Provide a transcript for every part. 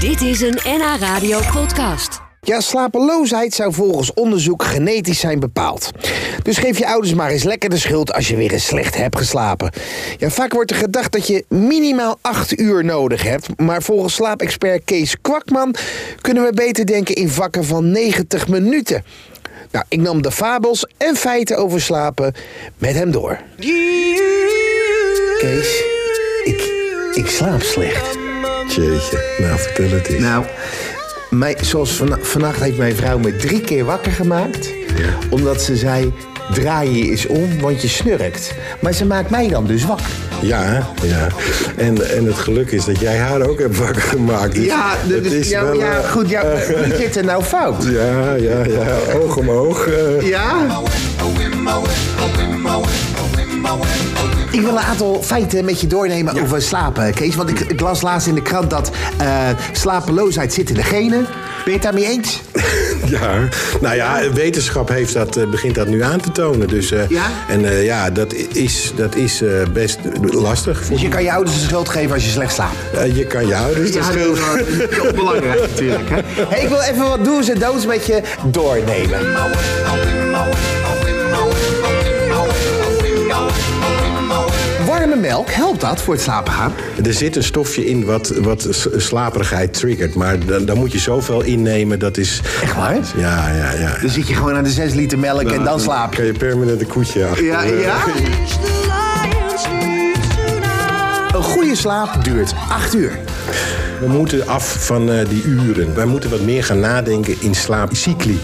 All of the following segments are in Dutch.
Dit is een NH Radio podcast. Ja, slapeloosheid zou volgens onderzoek genetisch zijn bepaald. Dus geef je ouders maar eens lekker de schuld als je weer eens slecht hebt geslapen. Ja, vaak wordt er gedacht dat je minimaal 8 uur nodig hebt. Maar volgens slaapexpert Kees Kwakman kunnen we beter denken in vakken van 90 minuten. Nou, ik nam de fabels en feiten over slapen met hem door. Kees, ik, ik slaap slecht. Jeetje, nou vertel het eens. Nou, mij, zoals vana- vannacht heeft mijn vrouw me drie keer wakker gemaakt. Omdat ze zei, draai je eens om, want je snurkt. Maar ze maakt mij dan dus wakker. Ja, ja. En, en het geluk is dat jij haar ook hebt wakker gemaakt. Dus het is wel, eh, ja, wie zit er nou fout? Ja, ja, ja. Oog omhoog. eh. Ja? Ik wil een aantal feiten met je doornemen over slapen, Kees. Want ik, ik las laatst in de krant dat eh, slapeloosheid zit in de genen. Ben je het daarmee eens? Ja. Nou ja, wetenschap heeft dat, eh, begint dat nu aan te tonen. Dus, eh, Ja? En eh, ja, dat is, dat is eh, best lastig. Dus je kan je ouders de schuld geven als je slecht slaapt. Eh, je kan je ouders de Ja, schuld... Dus dat is wel belangrijk natuurlijk. Hè? Hey, ik wil even wat do's en don'ts met je doornemen. Warme melk, helpt dat voor het slapen gaan? Er zit een stofje in wat, wat s- slaperigheid triggert. Maar dan, dan moet je zoveel innemen, dat is... Echt waar? Ja, ja, ja. Dan zit je gewoon aan de 6 liter melk en dan slaap je. kan je permanent een koetje achter. Ja, eh, ja? Een goede slaap duurt 8 uur. We moeten af van eh, die uren. Wij moeten wat meer gaan nadenken in slaapcycli.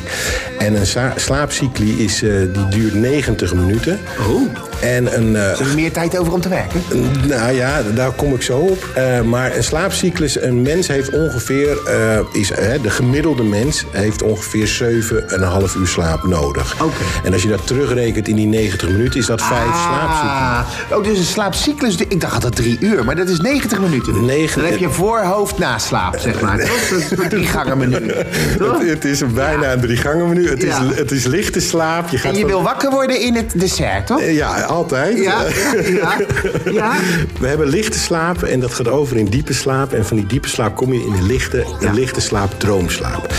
En een sla- slaapcycli is, eh, die duurt 90 minuten. Oh. En een, eh, Er is meer tijd over om te werken. een- nou ja, daar kom ik zo op. Eh, maar een slaapcyclus, een mens heeft ongeveer, eh, is, hè, de gemiddelde mens heeft ongeveer 7,5 uur slaap nodig. Oké. En als je dat terugrekent in die 90 minuten, is dat 5 slaapcycli. Ah, ook dus een slaapcyclus. Ik dacht altijd 3 uur, maar dat is 90 minuten. dus. Negen- Dan heb je voorhoofd na slaap, zeg maar. toch? Dat is een drie gangen menu. toch? Het, het is een bijna een drie gangen menu. Het, Ja. is, het is lichte slaap. Je gaat En je van- wil wakker worden in het dessert, toch? Eh, Ja, altijd. Ja, ja, ja. ja. We hebben lichte slaap en dat gaat over in diepe slaap. En van die diepe slaap kom je in de lichte, Ja. een lichte slaap, droomslaap.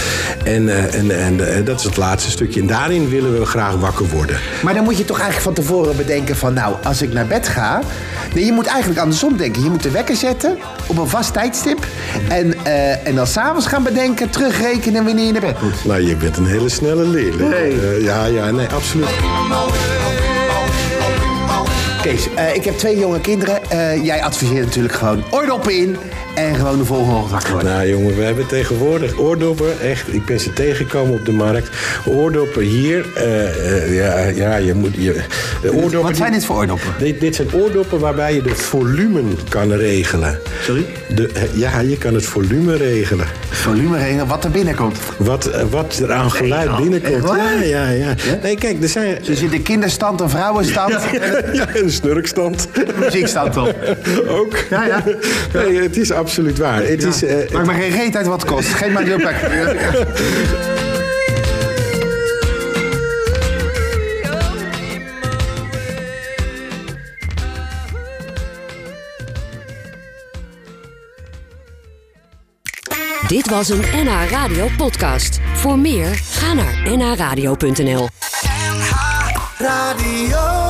En, eh, en, en eh, dat is het laatste stukje. En daarin willen we graag wakker worden. Maar dan moet je toch eigenlijk van tevoren bedenken van... nou, als ik naar bed ga... Nee, je moet eigenlijk andersom denken. Je moet de wekker zetten op een vast tijdstip. En, eh, en dan s'avonds gaan bedenken, terugrekenen wanneer je naar bed moet. Nou, je bent een hele snelle leerling. Eh, ja, ja, nee, absoluut. Kees, eh, ik heb twee jonge kinderen. Eh, jij adviseert natuurlijk gewoon oordoppen in... en gewoon de volgende ochtend wakker worden. Nou jongen, we hebben tegenwoordig oordoppen. Echt, ik ben ze tegengekomen op de markt. Oordoppen hier. eh, eh, ja, ja, je moet... Je, de oordoppen Wat zijn die- dit voor oordoppen? Dit, dit zijn oordoppen waarbij je de volume kan regelen. Sorry? De, eh, ja, je kan het volume regelen. Volume regelen, wat er binnenkomt. Wat, eh, wat er aan geluid nou, echt binnenkomt. Ja, waar? ja, ja. Nee, kijk, er zijn... Er zit een Dus kinderstand, een vrouwenstand... Ja, een snurkstand. en muziekstand op. Ook. Ja, ja. Nee, het is absoluut waar. Het is, eh, Maak maar geen reet uit wat het kost. Geen maar een pak. Dit was een NH Radio podcast. Voor meer, ga naar nhradio.nl. Radio.